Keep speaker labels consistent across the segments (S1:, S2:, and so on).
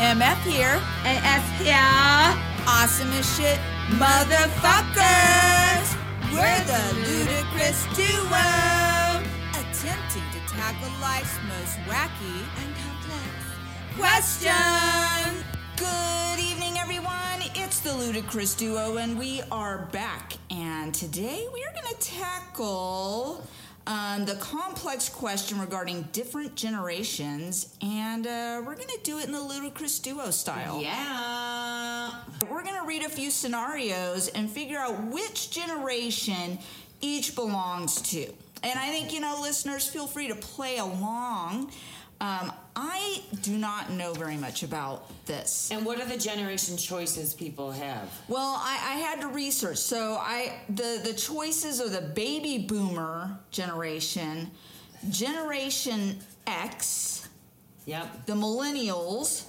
S1: MF here.
S2: AS here.
S1: Awesome as shit. Motherfuckers! We're the ludicrous duo. Attempting to tackle life's most wacky
S2: And complex.
S1: question. Good evening, everyone. It's the Ludicrous Duo, and we are back. And today we are going to tackle um, the complex question regarding different generations, and uh, we're going to do it in the Ludicrous Duo style.
S2: Yeah.
S1: We're going to read a few scenarios and figure out which generation each belongs to. And I think, you know, listeners, feel free to play along. Um, I do not know very much about this.
S3: And what are the generation choices people have?
S1: Well, I, I had to research. So I the, the choices are the baby boomer generation, Generation X,
S3: Yep.
S1: the millennials,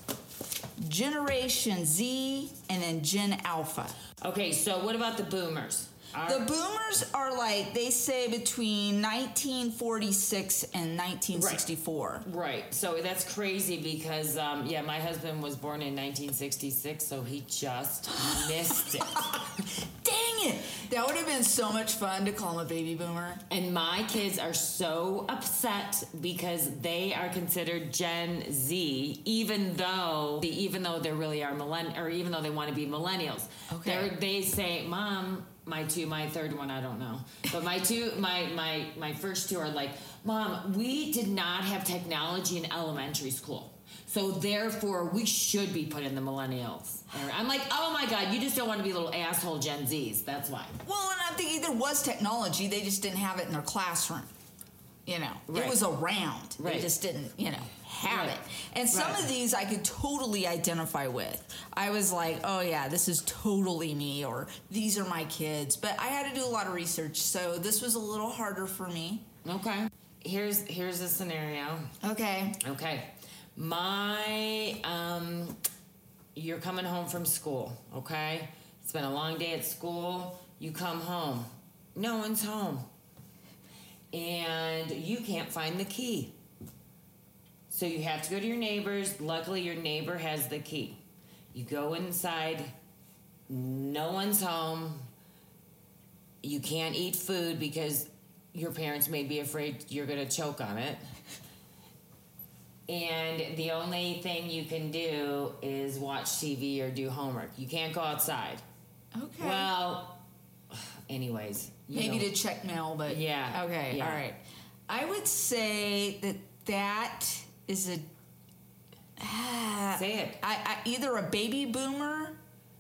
S1: Generation Z, and then Gen Alpha.
S3: Okay, so what about the boomers? Are,
S1: The boomers are like they say between 1946 and 1964.
S3: right. So that's crazy because um, yeah, my husband was born in 1966, so he just missed it.
S1: Dang it! That would have been so much fun to call him a baby boomer.
S3: And my kids are so upset because they are considered Gen Z, even though even though they really are millenn or even though they want to be millennials.
S1: Okay.
S3: They're- they say, "Mom, my two, my third one, I don't know, but my two, my my my first two are like, Mom, we did not have technology in elementary school." So therefore, we should be put in the millennials. And I'm like, oh my god, you just don't want to be little asshole Gen Zs. That's why.
S1: Well, and I'm thinking there was technology, they just didn't have it in their classroom. You know, it
S3: Right.
S1: was around. They
S3: Right.
S1: just didn't, you know, have
S3: Right.
S1: it. And some
S3: Right.
S1: of these I could totally identify with. I was like, oh yeah, this is totally me, or these are my kids. But I had to do a lot of research, so this was a little harder for me.
S3: Okay. Here's here's a scenario.
S1: Okay.
S3: Okay. My um you're coming home from school, okay? It's been a long day at school. You come home. No one's home. And you can't find the key. So you have to go to your neighbor's. Luckily your neighbor has the key. You go inside. No one's home. You can't eat food because your parents may be afraid you're going to choke on it. And the only thing you can do is watch TV or do homework. You can't go outside.
S1: Okay.
S3: Well, anyways. you
S1: Maybe
S3: know.
S1: to check mail, but
S3: Yeah,
S1: Okay,
S3: yeah.
S1: all right. I would say that that is a Ah,
S3: Say it.
S1: I, I either a baby boomer.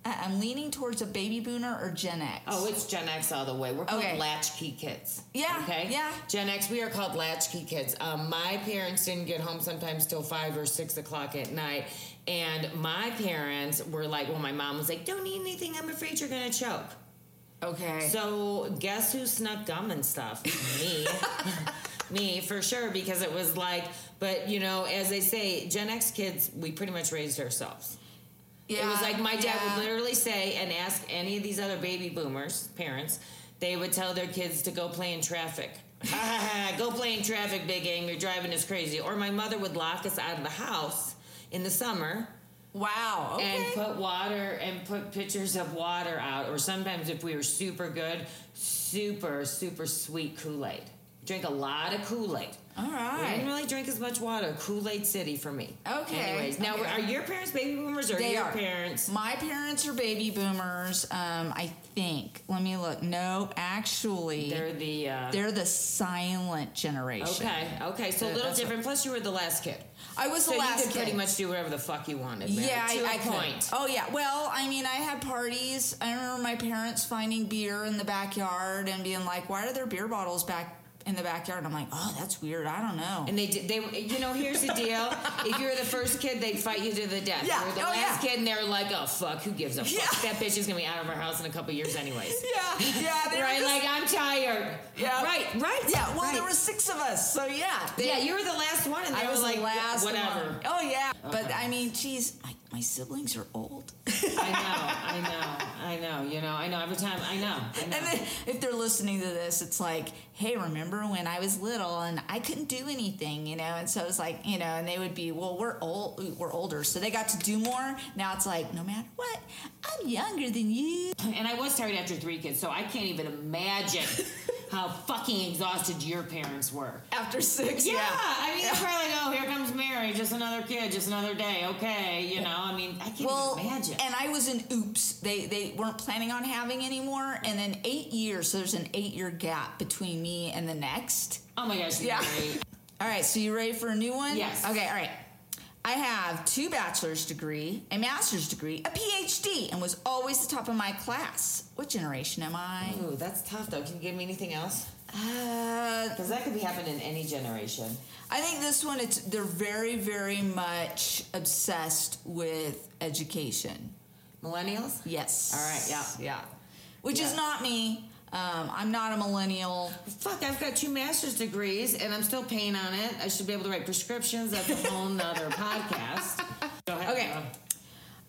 S1: I, I'm leaning towards a baby boomer or Gen X.
S3: Oh, it's Gen X all the way. We're called
S1: Okay.
S3: latchkey kids.
S1: Yeah,
S3: Okay.
S1: yeah.
S3: Gen X, we are called latchkey kids. Um, my parents didn't get home sometimes till five or six o'clock at night, and my parents were like, "Well, my mom was like, don't eat anything. I'm afraid you're gonna choke."
S1: okay.
S3: So guess who snuck gum and stuff? Me. Me for sure because it was like, but you know, as they say, Gen X kids, we pretty much raised ourselves.
S1: yeah,
S3: it was like my dad
S1: yeah.
S3: would literally say and ask any of these other baby boomers parents, they would tell their kids to go play in traffic. go play in traffic, big game. You're driving us crazy. Or my mother would lock us out of the house in the summer
S1: Wow. Okay.
S3: and put water and put pictures of water out, or sometimes if we were super good, super super sweet Kool Aid. Drink a lot of Kool Aid.
S1: all
S3: I didn't
S1: right.
S3: really drink as much water. Kool Aid City for me.
S1: Okay,
S3: Anyways, now
S1: okay.
S3: are your parents baby boomers or
S1: They
S3: your
S1: are
S3: parents?
S1: My parents are baby boomers. Um, I think. Let me look. No, actually, they're,
S3: They're the. Uh,
S1: the silent generation.
S3: okay. Okay. So a
S1: They're-
S3: little
S1: that's
S3: different. Plus, you were the last kid.
S1: I was
S3: So
S1: the last
S3: you could
S1: kid.
S3: pretty much do whatever the fuck you wanted. Man.
S1: Yeah,
S3: to
S1: I,
S3: a
S1: I could.
S3: point.
S1: Oh yeah. Well, I mean, I had parties. I remember my parents finding beer in the backyard and being like, "Why are there beer bottles back in the backyard?" And I'm like, "Oh, that's weird. I don't know."
S3: And they did. They, you know, here's the deal: if you were the first kid, they'd fight you to the death.
S1: Yeah.
S3: You were the
S1: Oh,
S3: last
S1: yeah.
S3: kid, and they're like, "Oh fuck, who gives a fuck?
S1: Yeah.
S3: That bitch is gonna be out of our house in a couple years, anyways."
S1: yeah, yeah, they were
S3: right?
S1: just-
S3: Like I'm tired.
S1: yeah,
S3: Right. Right.
S1: Yeah. Well,
S3: right.
S1: there were six of us, so yeah.
S3: Yeah, you were the last one, and they
S1: I
S3: were
S1: was
S3: like,
S1: the last
S3: "Whatever."
S1: one. Oh yeah, but I mean, geez, I my siblings are old.
S3: I know, I know, I know. You know, I know. Every time, I know. I know.
S1: And then if they're listening to this, it's like, hey, remember when I was little and I couldn't do anything, you know? And so it's like, you know, and they would be, well, we're old, we're older, so they got to do more. Now it's like, no matter what, I'm younger than you.
S3: And I was tired after three kids, so I can't even imagine how fucking exhausted your parents were.
S1: After six,
S3: Yeah,
S1: yeah.
S3: I mean, it's probably like, oh, here comes Mary, just another kid, just another day. Okay, you know, I mean, I can't
S1: Well,
S3: even imagine.
S1: and I was in oops. They they weren't planning on having anymore, and then eight years. So there's an eight year gap between me and the next.
S3: oh my gosh,
S1: Yeah.
S3: Mary.
S1: All right, so you ready for a new one?
S3: Yes.
S1: Okay, all right. I have two bachelor's degree, a master's degree, a PhD, and was always the top of my class. What generation am I?
S3: Ooh, that's tough though. Can you give me anything else?
S1: Uh,
S3: Because that could be happening in any generation.
S1: I think this one it's they're very very much obsessed with education.
S3: Millennials?
S1: Yes.
S3: All right, yeah.
S1: Yeah. Which is
S3: Yeah.
S1: not me. Um, I'm not a millennial.
S3: Fuck, I've got two master's degrees and I'm still paying on it. I should be able to write prescriptions. That's a whole nother podcast. Go ahead.
S1: Okay.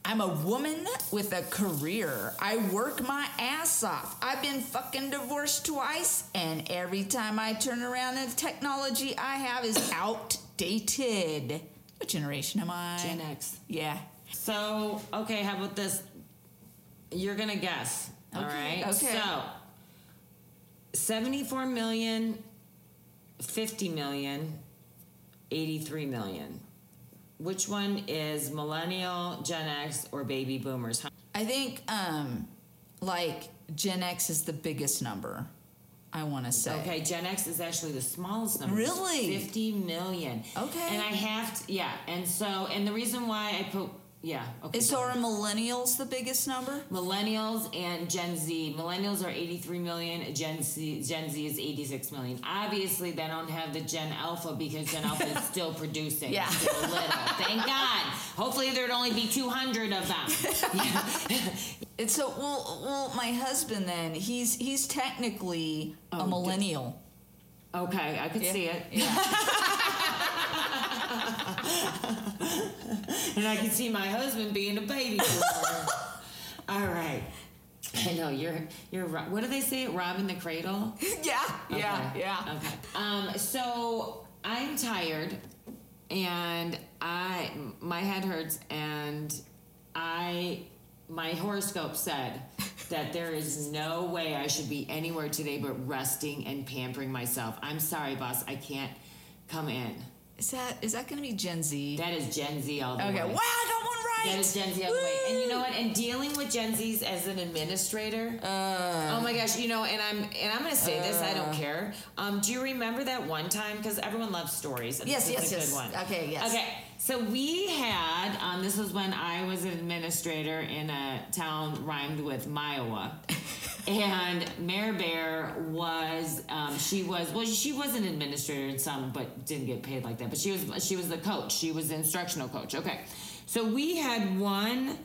S1: I'm a woman with a career. I work my ass off. I've been fucking divorced twice, and every time I turn around, the technology I have is outdated. What generation am I?
S3: Gen X.
S1: Yeah.
S3: So, okay, how about this? You're gonna guess. all
S1: Okay,
S3: right.
S1: okay.
S3: So, 74 million, 50 million, 83 million. Which one is millennial, Gen X, or baby boomers? How-
S1: I think, um, like, Gen X is the biggest number, I want to say.
S3: Okay, Gen X is actually the smallest number.
S1: Really?
S3: Fifty million.
S1: Okay.
S3: And I have to, yeah. And so, and the reason why I put, yeah. Okay.
S1: And so are millennials the biggest number?
S3: Millennials and Gen Z. Millennials are 83 million. Gen Z, Gen Z is 86 million. Obviously, they don't have the Gen Alpha because Gen Alpha is still producing.
S1: Yeah.
S3: Still little. Thank God. Hopefully, there'd only be 200 of them.
S1: It's so well. Well, my husband then he's he's technically a millennial.
S3: Okay, I could Oh, see it. and I can see my husband being a baby boomer. All right. I know you're you're ro- what do they say? Robbing the cradle.
S1: yeah,
S3: Okay. Okay. Um, so I'm tired, and I my head hurts, and I my horoscope said that there is no way I should be anywhere today but resting and pampering myself. I'm sorry, boss. I can't come in.
S1: Is that is that going to be Gen Z?
S3: That is Gen Z all the
S1: okay.
S3: way.
S1: Wow, I got one right.
S3: That is Gen Z all the way. And you know what? And dealing with Gen Zs as an administrator. oh
S1: Uh.
S3: my gosh, you know, and I'm and I'm gonna say this, I don't care. Um, do you remember that one time? Because everyone loves stories. and
S1: Yes,
S3: this
S1: yes,
S3: is a
S1: yes.
S3: good one.
S1: Okay, yes.
S3: Okay. So we had um, this was when I was an administrator in a town rhymed with Miowa. and Mayor Bear was um, she was well she was an administrator in some but didn't get paid like that but she was she was the coach she was the instructional coach okay so we had one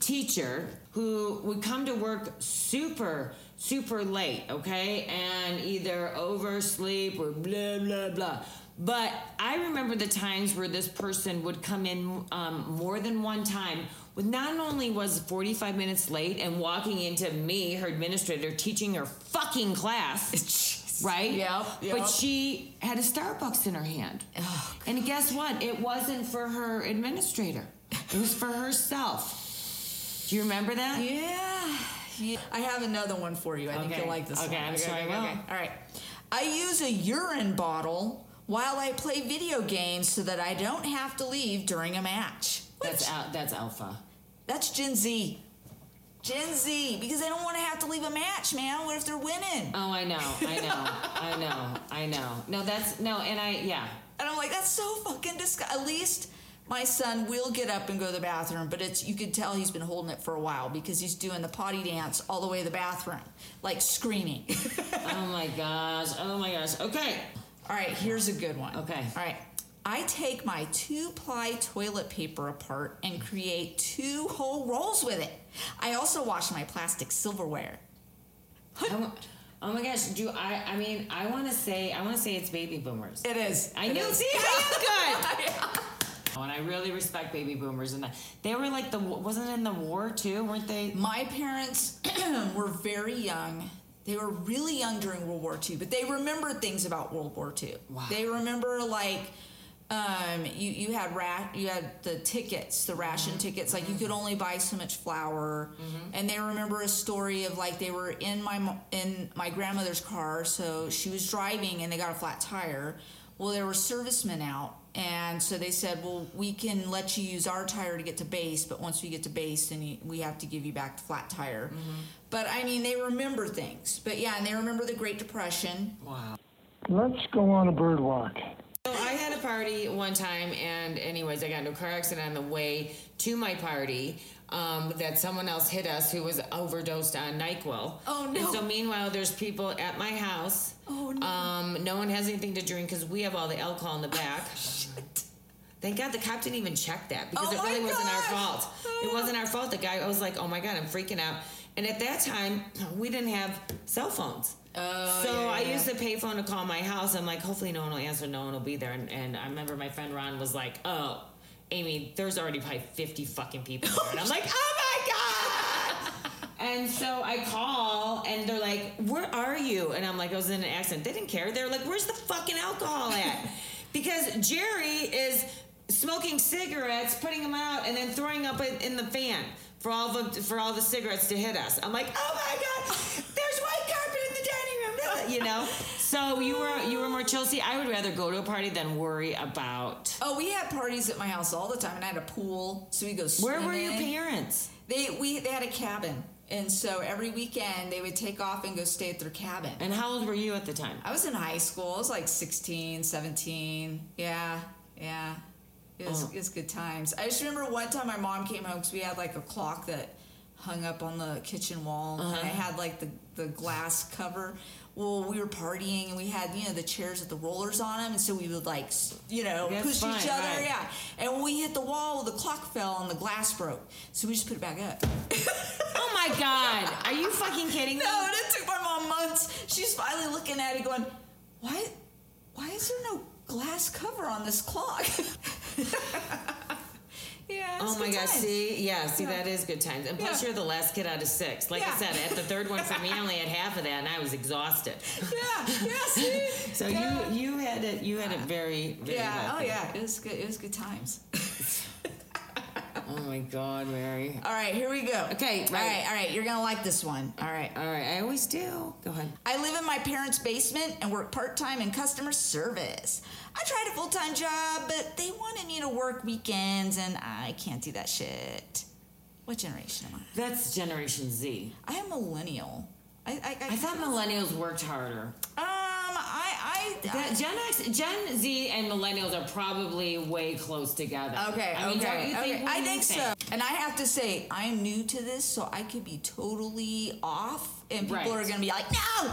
S3: teacher who would come to work super super late okay and either oversleep or blah blah blah but I remember the times where this person would come in um, more than one time. With not only was 45 minutes late and walking into me, her administrator, teaching her fucking class, right?
S1: Yep, yep.
S3: But she had a Starbucks in her hand. and guess what? It wasn't for her administrator, it was for herself. Do you remember that?
S1: Yeah. yeah. I have another one for you. I think
S3: Okay.
S1: you'll like this
S3: Okay,
S1: one.
S3: I'm sure I will.
S1: All right. I use a urine bottle while I play video games so that I don't have to leave during a match. What?
S3: That's, al- that's alpha.
S1: That's Gen Z. Gen Z, because they don't want to have to leave a match, man. What if they're winning?
S3: Oh, I know, I know, I know, I know. No, that's, no, and I, yeah.
S1: And I'm like, that's so fucking disgusting. At least my son will get up and go to the bathroom, but it's you can tell he's been holding it for a while because he's doing the potty dance all the way to the bathroom, like screaming.
S3: Oh my gosh. Oh my gosh. Okay.
S1: all right, here's a good one.
S3: Okay.
S1: All right. I take my two ply toilet paper apart and create two whole rolls with it. I also wash my plastic silverware.
S3: I wa- oh my gosh. Do I? I mean, I want to say. I want to say it's baby boomers.
S1: It is.
S3: I knew. See, I am good. And I really respect baby boomers, and that they were like the wasn't it in the war too, weren't they?
S1: My parents were very young. They were really young during World War II, but they remembered things about World War II.
S3: Wow.
S1: They remember like um, you you had ra- you had the tickets, the ration tickets. Like you could only buy so much flour, and they remember a story of like they were in my mo- in my grandmother's car, so she was driving and they got a flat tire. Well, there were servicemen out, and so they said, "Well, we can let you use our tire to get to base, but once we get to base, then you, we have to give you back the flat tire."
S3: Mm-hmm.
S1: But I mean, they remember things. But yeah, and they remember the Great Depression.
S3: Wow.
S4: Let's go on a bird walk.
S3: So I had a party one time, and anyways, I got into a car accident on the way to my party. Um, that someone else hit us who was overdosed on Nyquil.
S1: Oh, no.
S3: And so meanwhile, there's people at my house.
S1: Oh, no.
S3: Um, no one has anything to drink because we have all the alcohol in the back. Thank God the cop didn't even check that because
S1: Oh
S3: it
S1: my
S3: really wasn't our
S1: gosh. Oh.
S3: fault. It wasn't our fault. The guy, I was like, oh my God, I'm freaking out. And at that time, we didn't have cell phones. Oh, so I used the payphone to call my house. I'm like, hopefully no one will answer, no one will be there. And, and I remember my friend Ron was like, oh, Amy, there's already probably 50 fucking people there. And I'm like, oh my God. And so I call and they're like, Where are you? And I'm like, I was in an accident. They didn't care. They're like, Where's the fucking alcohol at? because Jerry is smoking cigarettes, putting them out, and then throwing up in, in the fan for all the for all the cigarettes to hit us. I'm like, Oh my god, there's white carpet in the dining room, you know? So you were you were more chill. See, I would rather go to a party than worry about
S1: Oh, we had parties at my house all the time, and I had a pool, so we go
S3: where
S1: swimming.
S3: were your parents?
S1: They we they had a cabin, and so every weekend they would take off and go stay at their cabin.
S3: And how old were you at the time?
S1: I was in high school. I was like 16, 17. Yeah, yeah. It
S3: Oh.
S1: was, it was good times. I just remember one time my mom came home because we had like a clock that hung up on the kitchen wall,
S3: Uh-huh.
S1: and I had like the, the glass cover. Well, we were partying and we had you know the chairs with the rollers on them, and so we would like s- you know
S3: That's
S1: push
S3: fine,
S1: each other.
S3: right.
S1: Yeah, and when we hit the wall, the clock fell and the glass broke, so we just put it back up.
S3: Oh my god! Are you fucking kidding me?
S1: No, and it took my mom months. She's finally looking at it going, Why why is there no glass cover on this clock? yeah. it's
S3: Oh my
S1: good times.
S3: gosh! See, yeah, see, that is good times. And plus,
S1: Yeah.
S3: you're the last kid out of six. Like I
S1: Yeah.
S3: said, at the third one for me, I only had half of that, and I was exhausted.
S1: Yeah, yeah, see?
S3: So
S1: Yeah.
S3: you you had it you had it very very
S1: Yeah, oh
S3: lucky.
S1: yeah, it was good it was good times.
S3: Oh my god, Mary.
S1: All right, here we go.
S3: Okay,
S1: All
S3: right.
S1: right, all right, you're gonna like this one. All right.
S3: All right, I always do. Go ahead.
S1: I live in my parents' basement and work part time in customer service. I tried a full time job, but they wanted me to work weekends and I can't do that shit. What generation am I?
S3: That's Generation Z.
S1: I am millennial. I I, I,
S3: I thought millennials worked harder.
S1: um I I
S3: That Gen X, Gen Z, and millennials are probably way close together.
S1: okay
S3: I mean,
S1: okay
S3: don't you
S1: okay.
S3: think, what
S1: I
S3: do you
S1: think so. And I have to say I'm new to this, so I could be totally off, and people
S3: Right.
S1: are gonna be like, no,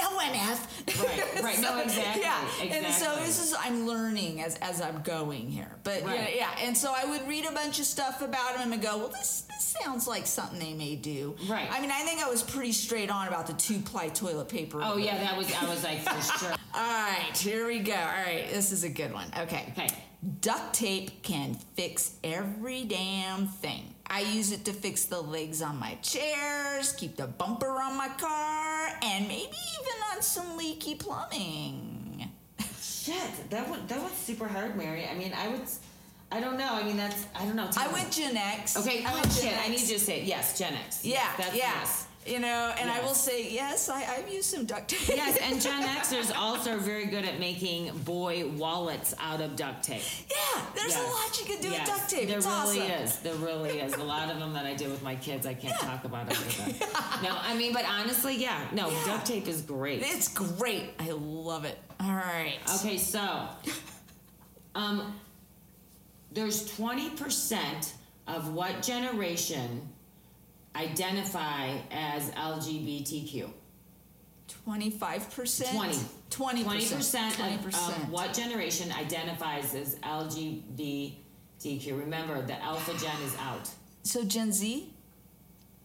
S1: no one F.
S3: Right, right. No, exactly,
S1: Yeah, and so
S3: exactly.
S1: this is I'm learning as as I'm going here, but
S3: Right.
S1: yeah, yeah, and so I would read a bunch of stuff about them and go, well, this this sounds like something they may do.
S3: Right.
S1: I mean, I think I was pretty straight on about the two ply toilet paper.
S3: Oh yeah, that was I was like for sure.
S1: All right, here we go. All right, this is a good one. Okay.
S3: Okay.
S1: Duct tape can fix every damn thing. I use it to fix the legs on my chairs, keep the bumper on my car, and maybe even on some leaky plumbing.
S3: Shit, that one that one's super hard, Mary. I mean, I would, I don't know. I mean, that's I don't know.
S1: I
S3: Tell me.
S1: went Gen X.
S3: Okay,
S1: I
S3: oh
S1: went Gen
S3: shit!
S1: X.
S3: I need you to say it. yes, Gen X.
S1: Yeah,
S3: Yes, that's
S1: yeah.
S3: yes.
S1: You know, and I
S3: Yes.
S1: will say yes. I, I've used some duct tape.
S3: Yes, and Gen Xers also are very good at making boy wallets out of duct tape.
S1: yeah, there's a
S3: Yes.
S1: lot you can do
S3: Yes,
S1: with duct tape.
S3: There
S1: it's
S3: really
S1: awesome.
S3: is. There really is. A lot of them that I did with my kids, I can't talk about it. No, I mean, but honestly, yeah, no,
S1: Yeah.
S3: duct tape is great.
S1: It's great. I love it. All right.
S3: Okay, so um, there's 20% of what generation identify as LGBTQ?
S1: 25%? 20%.
S3: 20. 20% of,
S1: 20%.
S3: of what generation identifies as LGBTQ? Remember, the alpha gen is out.
S1: So Gen Z?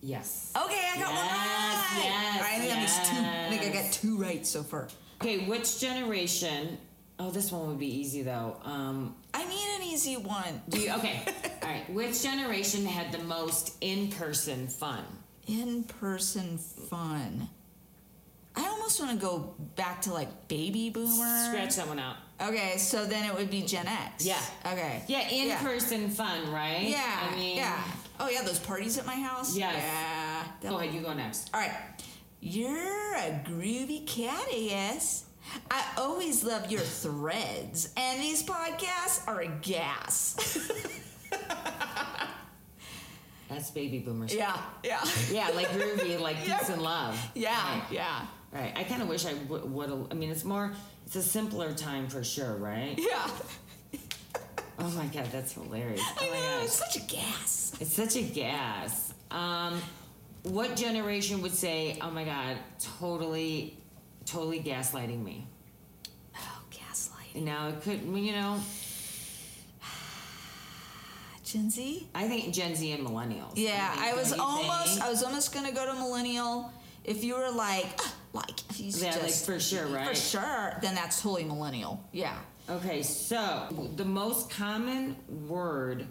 S3: Yes.
S1: Okay, I got one
S3: Yes,
S1: right.
S3: yes,
S1: All right, I think that makes two. I think I
S3: yes.
S1: got two right so far.
S3: Okay, which generation? Oh, this one would be easy though. Um,
S1: I need an easy one.
S3: Do you, okay. All right. Which generation had the most in-person fun?
S1: In person fun. I almost want to go back to like baby boomer.
S3: Scratch that one out.
S1: Okay, so then it would be Gen X.
S3: Yeah.
S1: Okay.
S3: Yeah, in-person fun, right?
S1: Yeah.
S3: I mean,
S1: yeah. Oh yeah, those parties at my house.
S3: Yes. Oh,
S1: Yeah. That-
S3: Go ahead. You go next.
S1: All right. You're a groovy cat, yes. I always love your threads, and these podcasts are a gas.
S3: That's baby boomers. Yeah,
S1: yeah, yeah,
S3: like groovy, like
S1: Yeah.
S3: peace and love.
S1: yeah,
S3: Right.
S1: yeah,
S3: Right. I kind of wish I w- would. I mean, it's more. It's a simpler time for sure, right?
S1: yeah.
S3: Oh my god, that's hilarious. Oh
S1: I
S3: my
S1: know,
S3: gosh,
S1: it's such a gas.
S3: it's such a gas. Um, what generation would say, "Oh my god, totally, totally gaslighting me"?
S1: Oh, gaslighting.
S3: Now it could, you know,
S1: Gen Z.
S3: I think Gen Z and millennials.
S1: Yeah,
S3: think-
S1: I
S3: don't
S1: was
S3: you
S1: almost,
S3: think?
S1: I was almost gonna go to millennial. If you were like, "Ah, like, he's
S3: Yeah, like,
S1: just
S3: for sure,
S1: For
S3: right?
S1: sure, then that's totally millennial. Yeah.
S3: Okay, so the most common word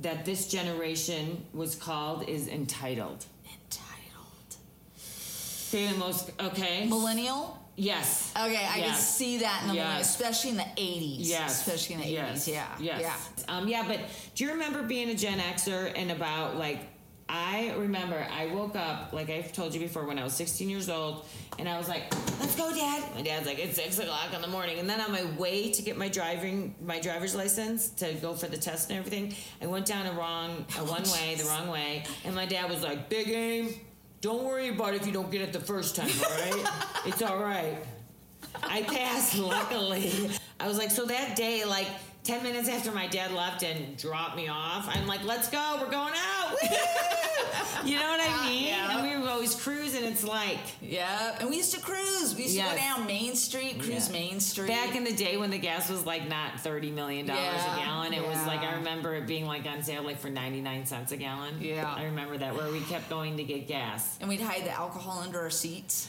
S3: that this generation was called is entitled.
S1: Entitled.
S3: Say the most. Okay.
S1: Millennial.
S3: Yes.
S1: Okay, I can
S3: Yes.
S1: see that in the millennial,
S3: Yes.
S1: especially in the eighties.
S3: Yes.
S1: Especially in the
S3: Yes.
S1: eighties. Yeah.
S3: Yes. Um, yeah, but do you remember being a Gen Xer and about like, I remember I woke up, like I've told you before, when I was 16 years old, and I was like, let's go, Dad. My dad's like, it's six o'clock in the morning. And then on my way to get my driving, my driver's license to go for the test and everything, I went down a wrong, a one way, the wrong way, and my dad was like, big game, don't worry about it if you don't get it the first time, all right? it's all right. I passed, luckily. I was like, so that day, like 10 minutes after my dad left and dropped me off, I'm like, let's go, we're going out. Woo! you know what I mean?
S1: Yeah.
S3: And we were always cruising. It's like
S1: Yeah. Yep. And we used to cruise. We used to
S3: Yes.
S1: go down Main Street, cruise
S3: Yeah.
S1: Main Street.
S3: back in the day when the gas was like not $30 million
S1: Yeah.
S3: a gallon. It was like,
S1: Yeah.
S3: I remember it being like on sale like for 99 cents a gallon.
S1: Yeah.
S3: I remember that where we kept going to get gas.
S1: and we'd hide the alcohol under our seats.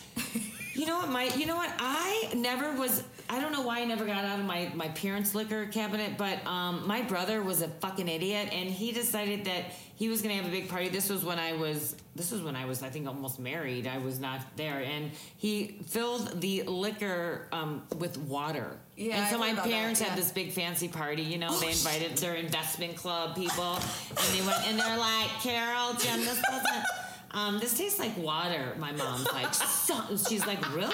S3: You know what, my you know what? I never was I don't know why I never got out of my, my parents' liquor cabinet, but um, my brother was a fucking idiot and he decided that he was gonna have a big party. This was when I was this was when I was I think almost married. I was not there and he filled the liquor um, with water.
S1: Yeah,
S3: and
S1: I
S3: so
S1: heard
S3: my
S1: about that,
S3: parents
S1: yeah.
S3: had this big fancy party, you know, they invited their investment club people and they went and they're like, Carol, Jim, this doesn't um, this tastes like water. My mom's like, son. she's like, really?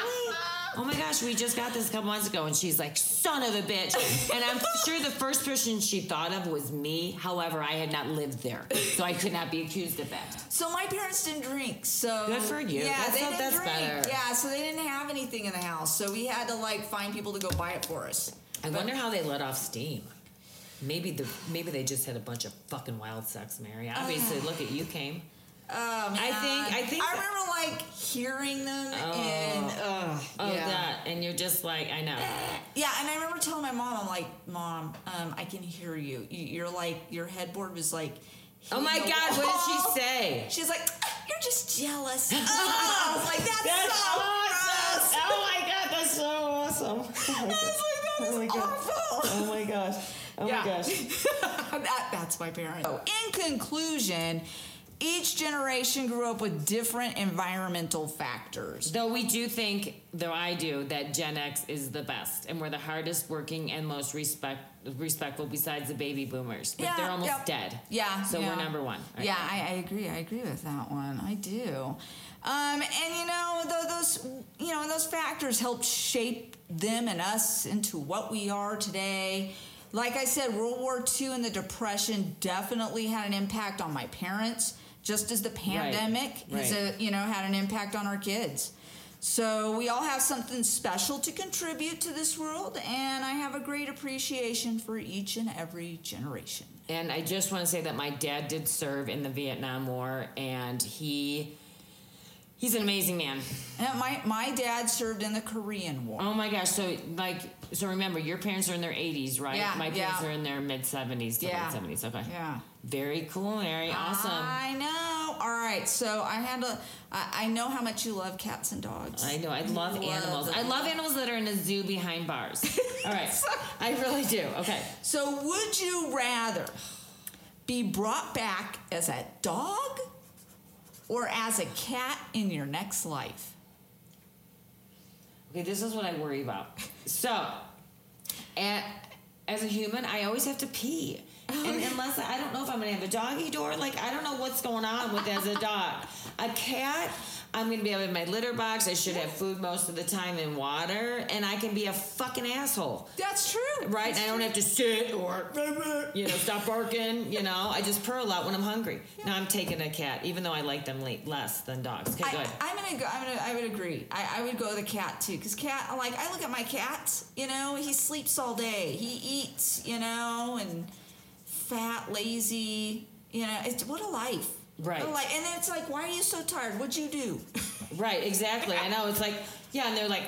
S3: Oh my gosh, we just got this a couple months ago, and she's like, son of a bitch. And I'm sure the first person she thought of was me. However, I had not lived there, so I could not be accused of that.
S1: So my parents didn't drink. So
S3: Good for you.
S1: Yeah,
S3: That's
S1: they
S3: not-
S1: didn't
S3: that's
S1: drink.
S3: better.
S1: Yeah, so they didn't have anything in the house. So we had to like find people to go buy it for us.
S3: I wonder how they let off steam. Maybe the maybe they just had a bunch of fucking wild sex, Mary. Obviously, look at you came.
S1: Um,
S3: I think- I think Oh.
S1: I
S3: that-
S1: remember like hearing them and uh,
S3: Oh,
S1: yeah.
S3: that and you're just like I know.
S1: Yeah, and I remember telling my mom, I'm like, Mom, um, I can hear you. You- You're like, your headboard was like.
S3: Oh my
S1: hitting the
S3: God, what
S1: wall."
S3: did she say?
S1: She's like, You're just jealous. oh, I was like, That's,
S3: That's
S1: so
S3: awesome!
S1: gross."
S3: Oh my god, that's so
S1: I
S3: awesome!
S1: was like, That is
S3: Oh my God.
S1: awful.
S3: Oh my gosh! Oh
S1: Yeah.
S3: my gosh!
S1: that, that's my parents. So, in conclusion, each generation grew up with different environmental factors.
S3: Though we do think, though I do, that Gen X is the best, and we're the hardest working and most respect respectful, besides the baby boomers. But
S1: Yeah,
S3: they're almost
S1: yep.
S3: dead.
S1: Yeah.
S3: So
S1: yeah.
S3: we're number one. All right.
S1: Yeah, I, I agree. I agree with that one. I do. Um, and you know, tho- those you know, those factors help shape them and us into what we are today. Like I said, World War II and the Depression definitely had an impact on my parents, just as the pandemic has
S3: right.
S1: a you know, had an impact on our kids. So we all have something special to contribute to this world, and I have a great appreciation for each and every generation.
S3: And I just want to say that my dad did serve in the Vietnam War, and he he's an amazing man.
S1: And my my dad served in the Korean War.
S3: Oh my gosh! So like, so remember, your parents are in their 80s, right?
S1: Yeah,
S3: my parents
S1: yeah.
S3: are in their mid 70s to
S1: Yeah.
S3: mid 70s. Okay.
S1: Yeah.
S3: Very cool, Mary. Awesome.
S1: I know. All right. So I had a. I, I know how much you love cats and dogs.
S3: I know. I love,
S1: Love
S3: animals.
S1: them.
S3: I love animals that are in a zoo behind bars. All right. I really do. Okay.
S1: So would you rather be brought back as a dog or as a cat in your next life?
S3: Okay, this is what I worry about. So, at, as a human, I always have to pee. And unless I don't know if I'm gonna have a doggy door, like I don't know what's going on with as a dog. A cat, I'm gonna be having my litter box. I should have food most of the time and water, and I can be a fucking asshole,
S1: That's true.
S3: right?
S1: That's
S3: And I don't have to sit or you know stop barking. You know, I just purr a lot when I'm hungry. Now I'm taking a cat, even though I like them le- less than dogs. Okay, go
S1: I,
S3: ahead.
S1: I'm gonna go. I'm gonna. I would agree. I, I would go with a cat too, because cat. I Like I look at my cat. You know, he sleeps all day. He eats. You know, and fat, lazy. You know, it's what a life.
S3: Right.
S1: What a life. And then it's like, why are you so tired? What'd you do?
S3: Right, exactly. I know. It's like, yeah, and they're like,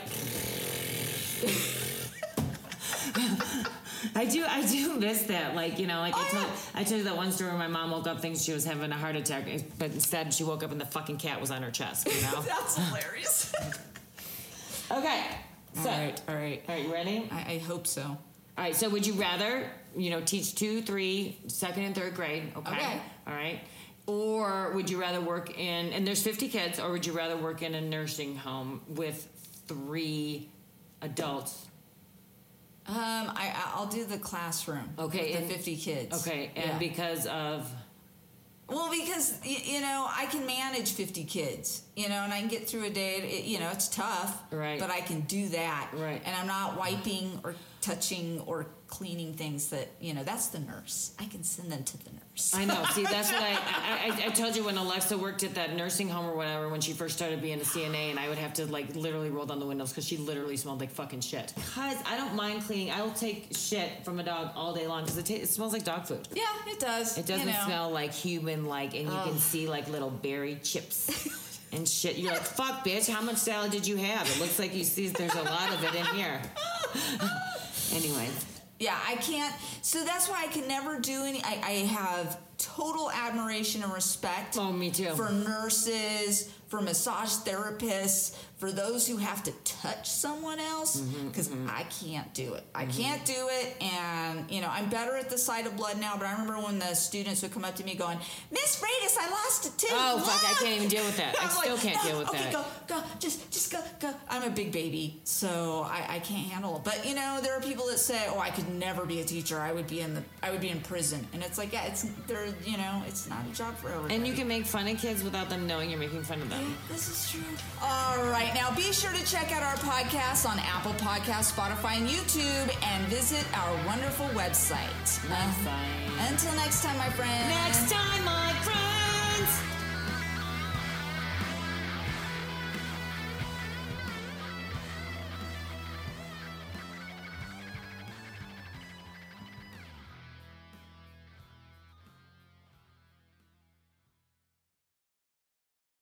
S3: I do, I do miss that. Like, you know, like I
S1: Oh,
S3: told,
S1: yeah.
S3: I told you that one story where my mom woke up thinking she was having a heart attack, but instead she woke up and the fucking cat was on her chest. You know.
S1: That's hilarious.
S3: okay. So,
S1: all right. All right.
S3: all right, you ready?
S1: I, I hope so.
S3: All right. So, would you rather, you know, teach two, three, second and third grade? Okay.
S1: Okay.
S3: All right. Or would you rather work in, and there's 50 kids, or would you rather work in a nursing home with three adults?
S1: Um, I I- I'll do the classroom.
S3: Okay,
S1: with
S3: and-
S1: the fifty kids.
S3: Okay. And
S1: Yeah.
S3: because of,
S1: Well, because y- you know, I can manage fifty kids, you know, and I can get through a day. It, you know, it's tough,
S3: Right.
S1: But I can do that,
S3: Right.
S1: And I'm not wiping or touching or cleaning things that you know. That's the nurse. I can send them to the nurse.
S3: I know, see, that's what I, I, I, I told you when Alexa worked at that nursing home or whatever, when she first started being a CNA, and I would have to like literally roll down the windows because she literally smelled like fucking shit. Cause I don't mind cleaning, I will take shit from a dog all day long because it, ta- it smells like dog food.
S1: yeah, it does.
S3: It doesn't
S1: you know.
S3: smell like human, like, and you can
S1: Ugh.
S3: see like little berry chips and shit. You're like, fuck, bitch, how much salad did you have? It looks like you see there's a lot of it in here. anyway,
S1: Yeah, I can't. So that's why I can never do any. I, I have total admiration and respect.
S3: Oh, me too.
S1: For nurses, for massage therapists, for those who have to touch someone else,
S3: Mm-hmm,
S1: because I can't do it. I can't do it. And, you know, I'm better at the sight of blood now, but I remember when the students would come up to me going, Miss Radis, I lost a tooth.
S3: Oh, fuck, I
S1: Look!"
S3: can't even deal with that. I
S1: I'm
S3: still can't
S1: "No,
S3: deal with
S1: okay,
S3: that."
S1: Go, go, just, just go, go. I'm a big baby, so I, I can't handle it. But you know, there are people that say, "Oh, I could never be a teacher. I would be in the, I would be in prison." And it's like, yeah, it's they're, you know, it's not a job for everybody.
S3: and you can make fun of kids without them knowing you're making fun of them.
S1: This is true. All right, now be sure to check out our podcast on Apple Podcasts, Spotify, and YouTube, and visit our wonderful website.
S3: Website.
S1: Uh, until next time, my friend.
S3: Next time, my friend.